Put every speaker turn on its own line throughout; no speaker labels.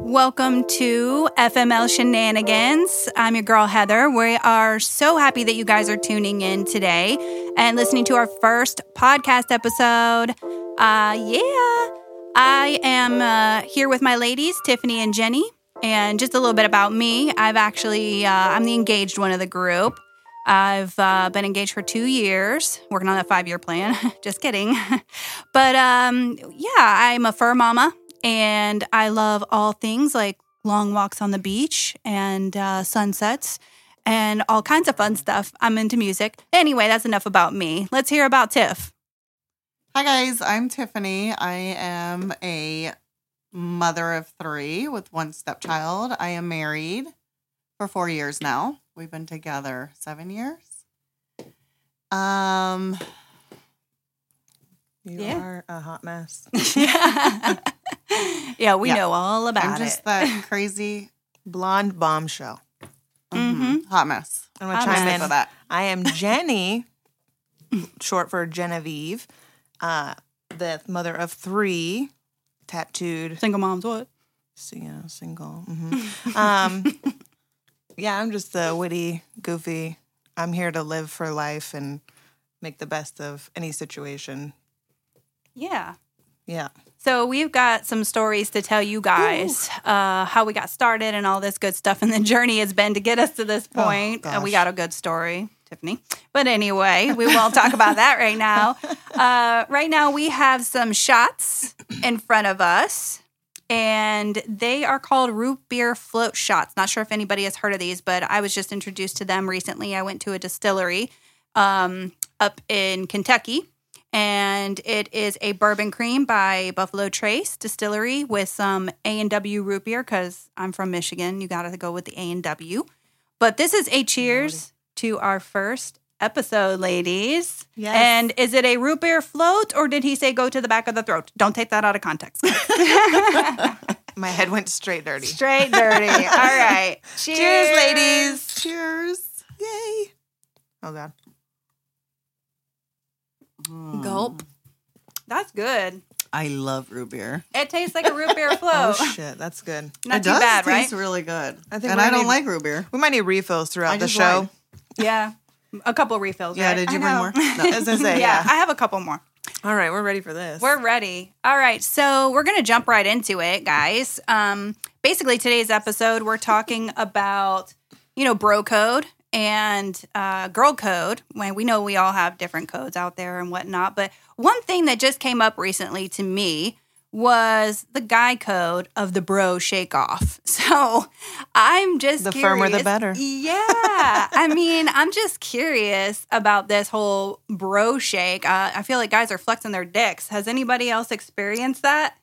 Welcome to FML Shenanigans. I'm your girl Heather. We are so happy that you guys are tuning in today and listening to our first podcast episode. Uh, yeah, I am uh, here with my ladies, Tiffany and Jenny. And just a little bit about me. I've actually uh, I'm the engaged one of the group. I've uh, been engaged for two years, working on that five year plan. just kidding. but um, yeah, I'm a fur mama and I love all things like long walks on the beach and uh, sunsets and all kinds of fun stuff. I'm into music. Anyway, that's enough about me. Let's hear about Tiff.
Hi guys, I'm Tiffany. I am a mother of three with one stepchild. I am married for four years now. We've been together seven years. Um,
You
Yeah.
are a hot mess.
yeah, we
Yeah.
know all about
I'm just
it.
that crazy
Blonde bombshell.
mhm, hot mess.
I'm gonna
Hot
chime
mess.
in.
For that,
I am Jenny, short for Genevieve, uh, the mother of three, tattooed,
Single moms, what?
so, you know, single. mhm. Um, yeah, I'm just the witty, goofy. I'm here to live for life and make the best of any situation.
Yeah.
Yeah.
So we've got some stories to tell you guys uh, how we got started and all this good stuff and the journey has been to get us to this
Oh,
point. Uh, we
gosh.
got a good story, Tiffany. But anyway, we won't talk about that right now. Uh, right now, we have some shots in front of us. And they are called root beer float shots. Not sure if anybody has heard of these, but I was just introduced to them recently. I went to a distillery um, up in Kentucky, and it is a bourbon cream by Buffalo Trace Distillery with some A and W root beer. Because I'm from Michigan, you got to go with the A and W. But this is a cheers to our first episode, ladies.
Yes.
And is it a root beer float, or did he say go to the back of the throat? Don't take that out of context.
My head went straight dirty.
Straight dirty. All right. Cheers, ladies.
Cheers!
Yay. Oh, God.
Gulp. That's good.
I love root beer.
It tastes like a root beer
Oh,
float.
shit. That's good.
Not
it
too
does
bad,
taste
right?
really good.
I think
and
we
I don't
need-
like root beer.
We might need refills
I
throughout the
just
show.
lied.
yeah. A couple refills.
Yeah,
right?
did you
know.
bring more? No.
As I say,
yeah,
yeah.
I have a couple more.
All right, we're ready for this.
We're ready. All right, so we're gonna jump right into it, guys. Um, basically, today's episode we're talking about you know bro code and uh, girl code. When we know we all have different codes out there and whatnot, but one thing that just came up recently to me was the guy code of the bro shake off. So I'm just
The firmer the
curious-
better.
yeah. I mean, I'm just curious about this whole bro shake. Uh, I feel like guys are flexing their dicks. Has anybody else experienced that?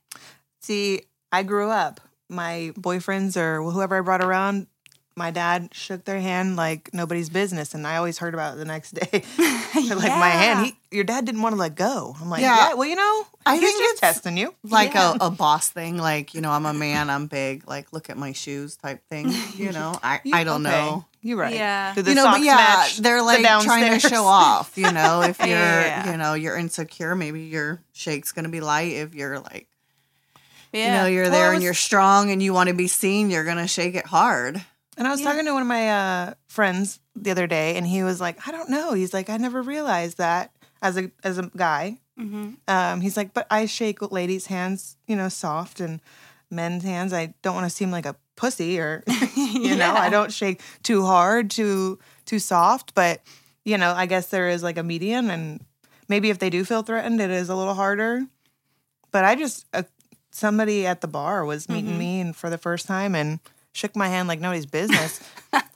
See, I grew up. My boyfriends or whoever I brought around, my dad shook their hand like nobody's business, and I always heard about it the next day. like my hand, he, your dad didn't want to let go. I'm like,
Yeah.
yeah. Well, you know,
I
I he's
think
just
it's-
testing you.
like
Yeah.
a, a boss thing, like you know, I'm a man, I'm big, like look at my shoes type thing. You know, I
You-
I don't
okay,
know.
You're right.
Yeah.
Do the
you know, but
socks
yeah,
match
they're
the
like trying to
downstairs?
show off. You know, if you're
Yeah.
you know you're insecure, maybe your shake's gonna be light. If you're like you
Yeah.
know you're
Well,
there
it
and
was-
you're strong and you want to be seen, you're gonna shake it hard.
And I was
Yeah.
talking to one of my uh, friends the other day, and he was like, "I don't know." He's like, "I never realized that as a as a guy."
Mhm.
Um, he's like, "But I shake ladies' hands, you know, soft, and men's hands. I don't want to seem like a pussy, or you know, I
Yeah.
don't shake too hard, too too soft. But you know, I guess there is like a median, and maybe if they do feel threatened, it is a little harder. But I just uh, somebody at the bar was meeting me, and for the first time, and shook my hand like nobody's business.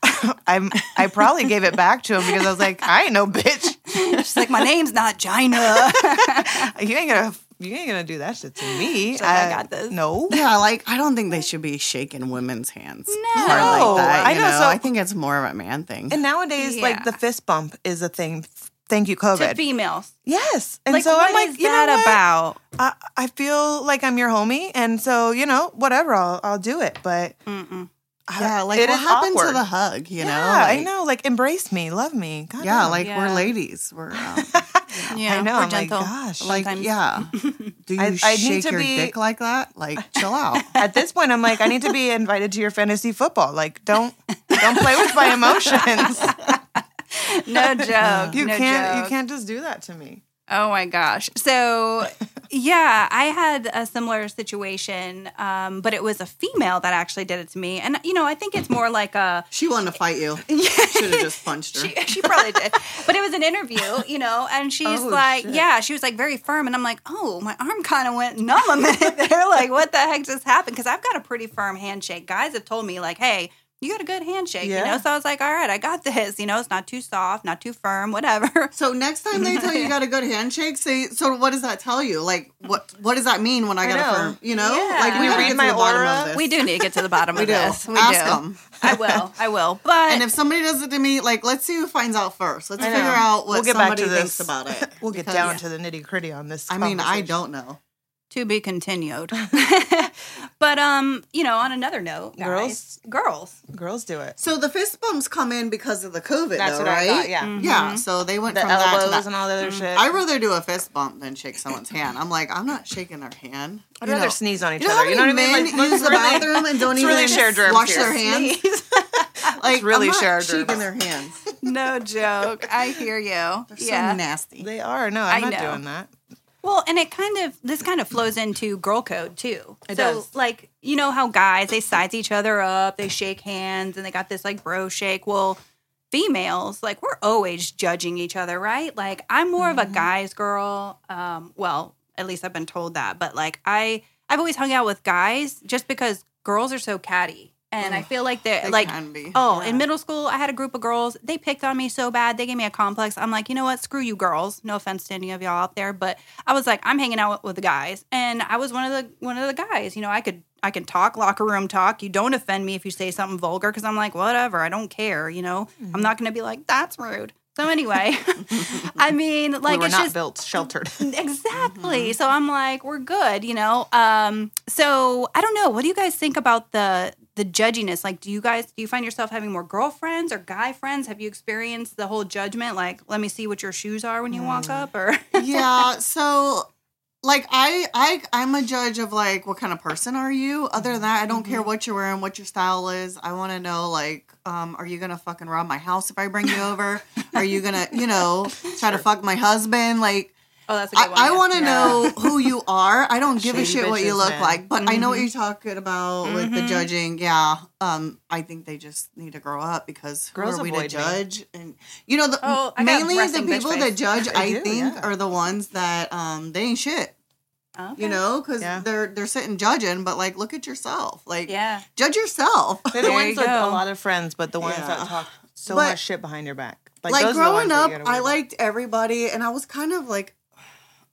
I'm I probably gave it back to him because I was like, I ain't no bitch.
She's like, my name's not Gina.
You ain't gonna you ain't gonna do that shit to me.
like,
Uh,
"I got this."
No.
Yeah, like I don't think they should be shaking women's hands no.
No.
like that.
I
you
know,
know,
so-
I think it's more of a man thing.
And nowadays,
Yeah.
like the fist bump is a thing. Thank you,
to
COVID.
females.
yes. And
Like,
so
what
I'm like,
is
you know
that
what?
about?
I,
Mm.
I feel like I'm your homie, and so you know, whatever, I'll I'll do it. But
Yeah, like what
It is
happened to
awkward.
the hug? You know,
yeah, I
Like,
know. Like, embrace me, love me. God
Yeah,
damn.
like
Yeah.
we're ladies. We're um,
Yeah,
I know.
we're
I'm
gentle.
like, gosh.
like
Sometimes.
yeah. Do you
I- I need
shake
to
your
be-
dick like that? Like chill out.
at this point, I'm like, I need to be invited to your fantasy football. Like, don't don't play with my emotions.
No joke.
You
no
can't
joke.
you can't just do that to me.
Oh my gosh. So, yeah, I had a similar situation, um, but it was a female that actually did it to me. And, you know, I think it's more like a.
She wanted to fight you. Should have just punched her.
She, she probably did, but it was an interview, you know, and she's
Oh,
like,
shit.
yeah, she was like very firm, and I'm like, oh, my arm kind of went numb a minute there, like what the heck just happened? Because I've got a pretty firm handshake. Guys have told me like, hey, you got a good handshake, you
Yeah.
know. So I was like, all right, I got this, you know, it's not too soft, not too firm, whatever.
So next time they tell you you got a good handshake, say so. What does that tell you? Like what? What does that mean when I,
I
got
know.
a firm? You know,
Yeah.
like
Can
we
you
gotta
read
get to
my
the bottom
aura?
of this.
We do need to get to the bottom
We
of
do.
this. We
Ask
do.
them.
I will. I will. But
And if somebody does it to me, like let's see who finds out first. Let's
I know.
figure out what
We'll get back
somebody
to
thinks
this.
about it.
We'll get
Because-
down to the nitty gritty on this.
I mean, I
conversation.
don't know.
to be continued. but um, you know, on another note, guys,
Girls?
girls.
Girls do it.
So the fist bumps come in because of the COVID,
That's
though,
what I
right?
thought. Yeah, Mm-hmm.
Yeah. So they went
the
from that to
elbows
that.
and all the other shit.
I'd rather do a fist bump than shake someone's hand. I'm like, I'm not shaking their hand.
I'd
You
rather
know.
sneeze on each
You know how
other.
many
You know what I mean?
men
Like,
use
let's
the
really-
bathroom and don't
let's
even
really share germs
wash
here.
their hands? Like,
really
I'm not
share
shaking
germs.
their hands.
no joke. I hear you.
They're
yeah.
so nasty.
They are. No, I'm
I
not
know.
doing that.
Well, and it kind of this kind of flows into girl code too.
It
so
does.
like you know how guys they size each other up, they shake hands, and they got this like bro shake. Well, females like we're always judging each other, right? Like I'm more
Mm-hmm.
of a guys girl. Um, well, at least I've been told that. But like I I've always hung out with guys just because girls are so catty, and I feel like they're
They
like
can be.
Oh, in middle school, I had a group of girls. They picked on me so bad. They gave me a complex. I'm like, you know what? Screw you, girls. No offense to any of y'all out there, but I was like, I'm hanging out with the guys, and I was one of the one of the guys. You know, I could I can talk locker room talk. You don't offend me if you say something vulgar because I'm like, whatever. I don't care. You know,
Mm-hmm.
I'm not going to be like that's rude. So anyway, I mean, like
we were
it's
not
just
built sheltered.
Mm-hmm.
exactly so i'm like we're good you know um so i don't know what do you guys think about the the judginess like do you guys do you find yourself having more girlfriends or guy friends have you experienced the whole judgment like let me see what your shoes are when you walk
Mm.
up or
yeah. So, like, I, I, I'm a judge of like, what kind of person are you? Other than that, I don't
Mm-hmm.
care what you're wearing, what your style is. I want to know, like, um, are you gonna fucking rob my house if I bring you over? are you gonna, you know, try to fuck my husband? Like,
oh that's a good
I,
one
I
yeah.
want to
Yeah.
know who you are. I don't give a
Shady
shit what you
bitches,
look
man. Mm-hmm.
like, but I know what you're talking about with the
Mhm.
judging. Yeah, um, I think they just need to grow up because who
Girls
are we
avoid
to
me.
judge? And you know, the,
Oh, I got
mainly the
resting bitch
people
face.
that judge, I
do,
think,
yeah.
are the ones that um they ain't shit.
Okay.
You know, because
Yeah.
they're they're sitting judging, but like, look at yourself. Like,
yeah
judge yourself.
There
They're the
you
ones with
go.
a lot of friends, but the ones
Yeah.
that talk so
But-
much shit behind your back.
like,
those are the
growing
ones that
up,
you gotta worry
I
about.
liked everybody, and I was kind of like,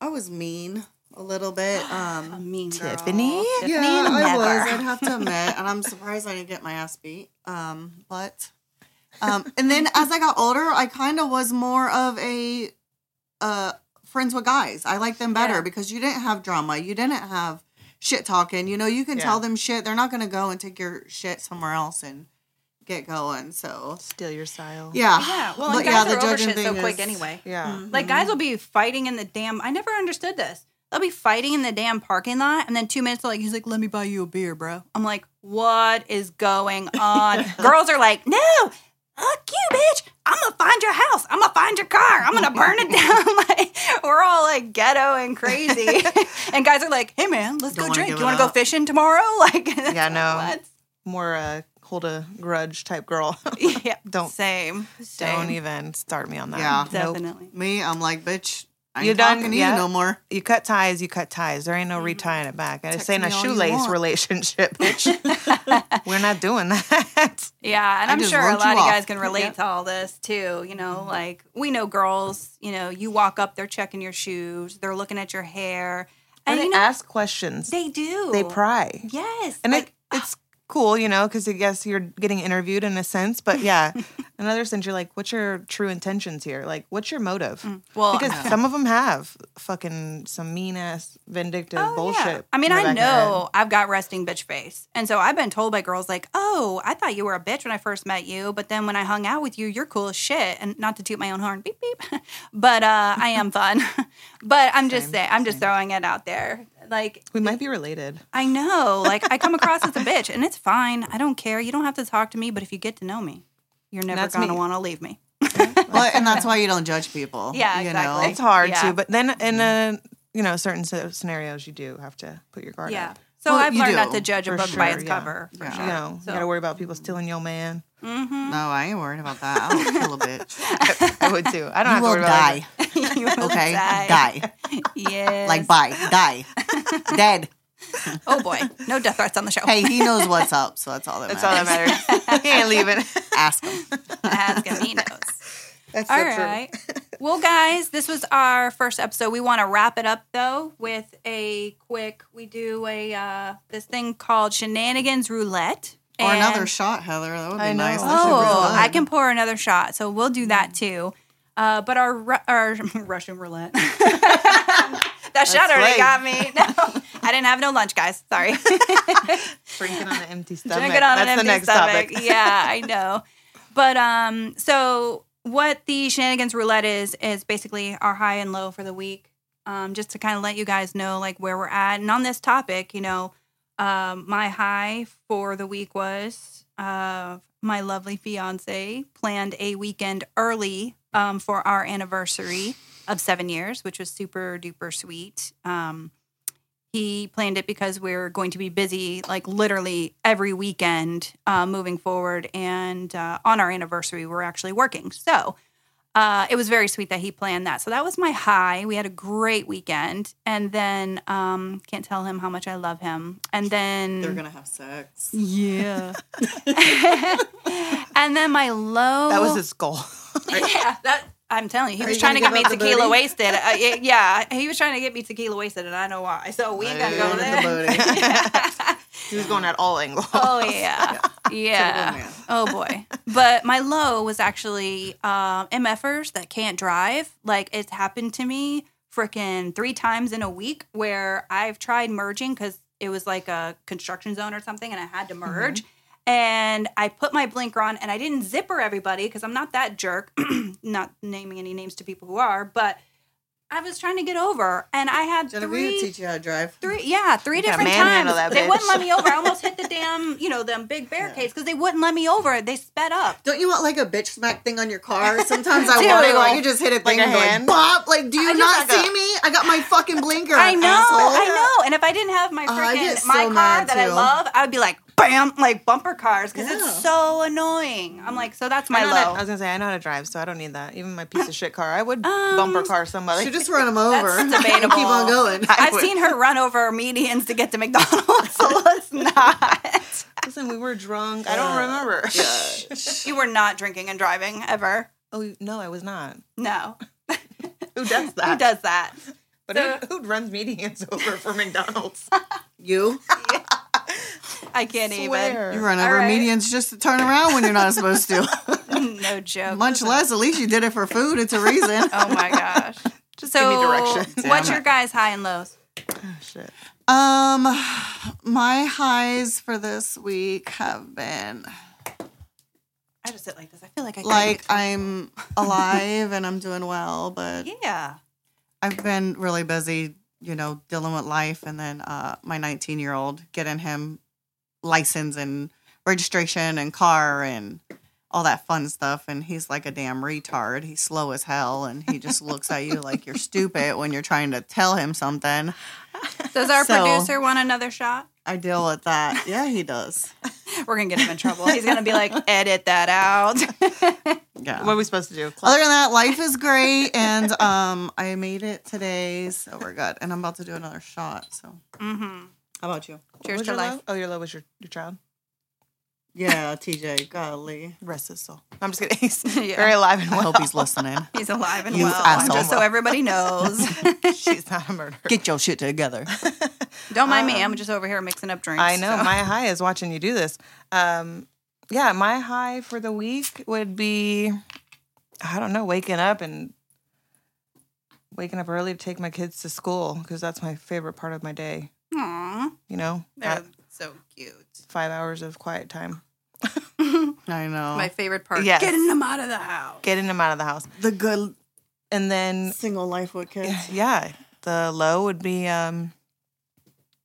I was mean a little bit.
A
Um,
mean girl.
Tiffany?
Tiffany
Yeah,
the
I was.
mother.
I'd have to admit, and I'm surprised I didn't get my ass beat. Um, but um, and then as I got older, I kind of was more of a uh friends with guys. I like them better
Yeah.
because you didn't have drama. You didn't have shit talking. You know, you can
Yeah.
tell them shit. They're not gonna go and take your shit somewhere else and get going. So
Steal your style.
yeah,
yeah Mm. well
But
and guys
yeah, the
are over
judging
shit so
thing
quick
is-
anyway
Yeah.
Like guys will be fighting in the damn. I never understood this. They'll be fighting in the damn parking lot, and then two minutes like he's like, "Let me buy you a beer, bro." I'm like, "What is going on?" Girls are like, "No, fuck you, bitch! I'm gonna find your house. I'm gonna find your car. I'm gonna burn it down." like we're all like ghetto and crazy, and guys are like, "Hey man, let's
Don't
go
wanna
drink.
give
You
it
want to go
up."
fishing tomorrow?" Like
Yeah, no.
what?
More uh, hold a grudge type girl.
Yeah,
Don't-
same. same.
Don't even start me on that.
Yeah.
Nope.
Definitely.
me, I'm like, bitch, I ain't
You done
talking to you
yet?
no more.
You cut ties, you cut ties. There ain't no retying it back. And
Text
this ain't a
me all you
shoelace
want.
relationship, bitch. We're not doing that.
Yeah, and
I
I'm
just
sure a
wrote
lot
you
of guys
off.
can relate to all this too. You know, like we know girls. You know, you walk up, they're checking your shoes, they're looking at your hair, and
And they
you know
ask questions. They,
they do.
pry.
Yes,
And
like uh,
it, it's cool, you know, because I guess you're getting interviewed in a sense. But yeah, And others, since you're like, what's your true intentions here? Like, what's your motive?
Mm. Well,
because some of them have fucking some mean ass vindictive
Oh, yeah.
bullshit.
I mean,
in the
I
back of their
know I've got resting bitch face. And so I've been told by girls like, oh, I thought you were a bitch when I first met you. But then when I hung out with you, you're cool as shit. And not to toot my own horn, beep, beep. but uh, I am fun. but I'm just
Same,
saying, I'm just
same.
throwing it out there. Like,
head. We might be related.
I know, like, I come across as a bitch and it's fine. I don't care. You don't have to talk to me. But if you get to know me, you're never
That's
going to
me.
want to leave me.
Well, and that's why you don't judge people.
Yeah,
you
exactly.
It's hard
Yeah. Mm-hmm.
to, but then in a you know certain s- scenarios, you do have to put your guard
Yeah.
up.
So
Well,
I've
you
learned
do,
not to judge a
for
book by
sure,
its
yeah.
cover. For
Yeah.
sure.
You know,
So- Mm.
you gotta worry about people stealing your man.
Mm-hmm.
No, I ain't worried about that. I'll kill a bitch.
I, I would too. I
you
don't have to
will
worry about it.
die.
you will
Okay,
die.
die.
Yes.
Like bye, die, dead.
Oh boy, no death threats on the show.
Hey, he knows what's up, so that's all that
That's all that
matters.
matters. he ain't leaving.
Ask him.
ask him. He knows.
That's
All
the truth.
right. Well, guys, this was our first episode. We want to wrap it up though with a quick. We do a uh, this thing called Shenanigans Roulette.
Or
And-
another shot, Heather. That would be
I know.
nice. That should be
Oh,
fun.
I can pour another shot. So we'll do that too. Uh, but our Ru- our Russian roulette. that shot already
late.
got me. No, I didn't have no lunch, guys. Sorry.
Drinking on an empty stomach.
Drink it on
That's
an empty
the next
stomach.
topic.
yeah, I know. But um, so what the shenanigans roulette is is basically our high and low for the week. Um, just to kind of let you guys know like where we're at. And on this topic, you know, um, my high for the week was uh, my lovely fiance planned a weekend early um, for our anniversary of seven years, which was super duper sweet. Um, he planned it because we're going to be busy like literally every weekend uh, moving forward and uh, on our anniversary we're actually working so uh, it was very sweet that he planned that so that was my high we had a great weekend and then um, can't tell him how much i love him and then
They're gonna have sex.
yeah and then my low
That was his goal.
yeah, that I'm telling you, he
Are
was
you
trying to
gonna
get
give
me
up the
tequila
booty?
wasted. Uh, y- yeah, he was trying to get me tequila wasted, and I know why. So we ain't gonna go
Right in the
there.
booty.
he was going at all angles.
Oh yeah, yeah.
man.
Oh boy. But my low was actually um, MFers that can't drive. Like it's happened to me freaking three times in a week where I've tried merging because it was like a construction zone or something, and I had
Mm-hmm.
to merge. And I put my blinker on, and I didn't zipper everybody because I'm not that jerk. not naming any names to people who are, but I was trying to get over, and I had
Genevieve
three
teach you how to drive.
three yeah three
gotta
different times
manhandle that
they
bitch.
wouldn't let me over i almost hit the damn you know them big barricades because they wouldn't let me over they sped up
Don't you want like a bitch smack thing on your car? Sometimes I
Dude.
want it where I can just hit a
Like
thing
a
and go like,
hand?
bop. Like, do you
just
not
like
see me? I got my fucking blinker.
i know
asshole.
i know and if i didn't have my
Oh, I
freaking
get so
my car
mad,
that i
too.
love i would be like bam like bumper cars because
Yeah.
it's so annoying i'm like so that's my
I know how to- I
low
was gonna say I know how to drive, so I don't need that. Even my piece of shit car, I would
Um,
bumper car somebody.
Should just run him over. and
debatable.
Keep on going.
I
I've
would-
seen her run over medians to get to McDonald's, so let's not.
Listen, we were drunk. I don't remember.
You were not drinking and driving ever.
oh no, I was not.
No.
Who does that?
Who does that?
But who, who runs medians over for McDonald's?
You
I can't
Swear.
you run
All
over
right.
medians just to turn around when you're not supposed to.
even. No joke.
Much less, at least you did it for food. It's a reason.
Oh my gosh. Just
give me directions.
What's
Damn
your
it.
guys' high and lows?
Oh, shit.
Um, my highs for this week have been
I just sit like this. I feel like I
like I'm alive and I'm doing well, but
yeah.
I've been really busy, you know, dealing with life. And then uh, my 19 year old getting him license and registration and car and all that fun stuff. And he's like a damn retard. He's slow as hell. And he just looks at you like you're stupid when you're trying to tell him something.
Does our
So-
producer want another shot?
I deal with that. Yeah, he does.
We're gonna get him in trouble. He's gonna be like, edit that out.
Yeah.
What are we supposed to do?
Other than that, life is great. And um, I made it today. So we're good. And I'm about to do another shot. So
mm-hmm.
how about you?
Cheers
Was
to
your
life.
low? Oh, your low was your, your child.
Yeah, TJ. Golly.
Rest his soul. I'm just kidding. He's
Yeah.
very alive and
I
well.
hope he's listening.
He's alive and
You
well.
asshole.
Just so everybody knows.
She's not a murderer.
Get your shit together. Um,
Don't mind me. I'm just over here mixing up drinks.
I know.
so.
My high is watching you do this. Um, yeah, my high for the week would be I don't know, waking up and waking up early to take my kids to school because that's my favorite part of my day,
Aw.
you know?
They're
That
so cute.
five hours of quiet time.
I know.
My favorite part.
Yes.
Getting them out of the house.
Getting them out of the house.
the good
And then
single life with kids.
yeah, the low would be um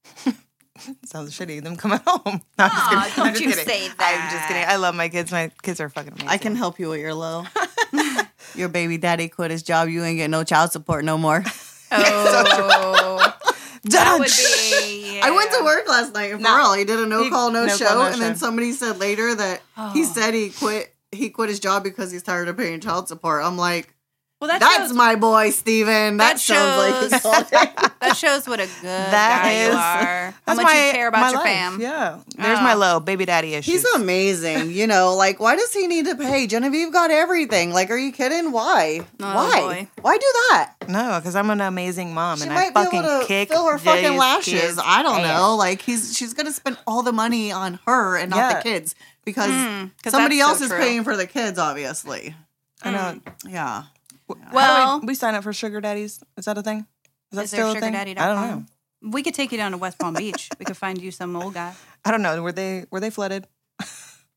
sounds shitty, them coming home. No, I'm just
Aw,
kidding. I'm
don't
just
you
kidding.
say
I'm
that.
just kidding. I love my kids. My kids are fucking amazing.
I can help you with your low. your baby daddy quit his job. You ain't get no child support no more.
Oh, that would be.
I went to work last night and for
No.
real. He did a no
He-
call, no,
no call,
show,
no
and then
show.
somebody said later that he
Oh.
said he quit. He quit his job because he's tired of paying child support. I'm like,
Well, that
that's
shows,
my boy, Steven. That,
That
sounds
shows-
like he's all
that shows what a good
That
guy you
is-
are. How
That's
much
my-
you care about
my
your
life.
fam.
Yeah. There's
Oh.
my low baby daddy issues.
He's amazing. You know, like, why does he need to pay? Genevieve got everything. Like, are you kidding? Why?
Oh,
why?
boy.
Why do that?
No, because I'm an amazing mom
She
and
might
I fucking
be able to
kick
fill her fucking
these
lashes.
kids'
I don't
ass.
know. Like he's she's gonna spend all the money on her and not
Yeah.
the kids because
Mm, 'cause
somebody
that's
else
so
is
true.
paying for the kids, obviously.
I know.
Yeah.
How do
Mm. Well-
we, we sign up for sugar daddies. Is that a thing? Is that
Is there
still a thing? I don't
sugardaddy.com?
know.
We could take you down to West Palm Beach. We could find you some old guy.
I don't know. Were they were they flooded?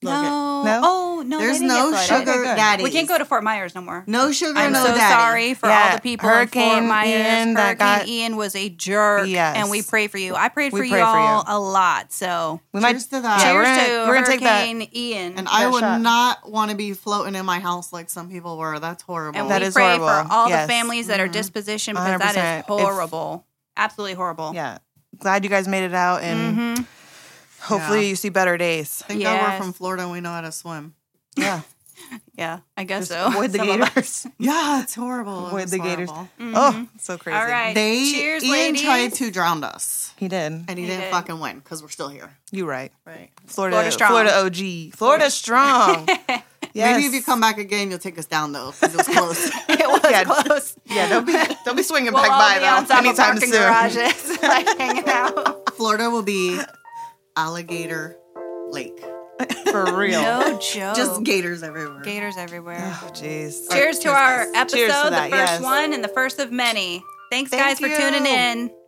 No.
No?
Oh, no. they
There's
didn't
no
get flooded.
sugar
Okay, good.
daddies.
We can't go to Fort Myers no more.
no sugar,
I'm
no
so
daddy.
sorry for all
Yeah,
the people in Fort
Hurricane
Myers.
Ian that
Hurricane
got-
Ian was a jerk,
Yes.
and we pray for you. I prayed
We
for you
pray for
all
you.
a lot. So
We
Cheers to that.
Yeah,
cheers
we're gonna-
to
we're gonna take that.
Hurricane Ian.
And I
That
would
shot.
not want to be floating in my house like some people were. That's horrible.
And
That
we
is
pray
horrible.
for all
Yes. Mm-hmm.
the families that are dispositioned because that
100%.
is
If-
horrible. Absolutely horrible.
Yeah. Glad you guys made it out and
Mhm.
hopefully
Yeah.
you see better days.
Thank God
Yes.
we're from Florida and we know how to swim.
Yeah.
Yeah, I guess
Just
so.
avoid the
Some of us.
gators.
Yeah, it's horrible.
Avoid
It's
the gators.
horrible.
Mhm.
Oh, so crazy.
All right.
They
Cheers,
Ian
ladies.
tried to drown us.
He did.
And he,
He
didn't
did.
fucking win because we're still here.
You right.
Right.
Florida
Florida
Florida,
strong.
OG. Florida strong. yes.
Maybe if you come back again, you'll take us down though, because it was close.
it was
Yeah.
close.
Yeah, don't be don't be swinging
We'll
back
all
by
be on
though.
top of
Anytime
parking
soon.
garages, like hanging out.
Florida will be alligator lake.
For real.
No joke.
Just gators everywhere.
gators everywhere.
Oh jeez.
Cheers to our
Cheers to
episode, the
that,
first
yes.
one and the first of many. Thanks,
Thank
guys, for tuning
you.
in.